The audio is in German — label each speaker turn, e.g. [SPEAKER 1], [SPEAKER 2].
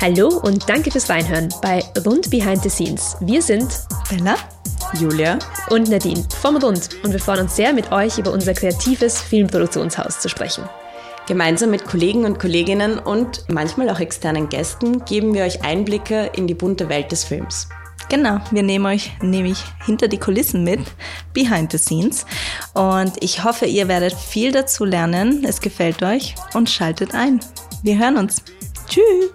[SPEAKER 1] Hallo und danke fürs Reinhören bei Rund Behind the Scenes. Wir sind
[SPEAKER 2] Bella, Julia
[SPEAKER 1] und Nadine vom Rund und wir freuen uns sehr, mit euch über unser kreatives Filmproduktionshaus zu sprechen.
[SPEAKER 2] Gemeinsam mit Kollegen und Kolleginnen und manchmal auch externen Gästen geben wir euch Einblicke in die bunte Welt des Films.
[SPEAKER 3] Genau, wir nehmen euch nämlich hinter die Kulissen mit, behind the scenes. Und ich hoffe, ihr werdet viel dazu lernen. Es gefällt euch und schaltet ein. Wir hören uns. Tschüss.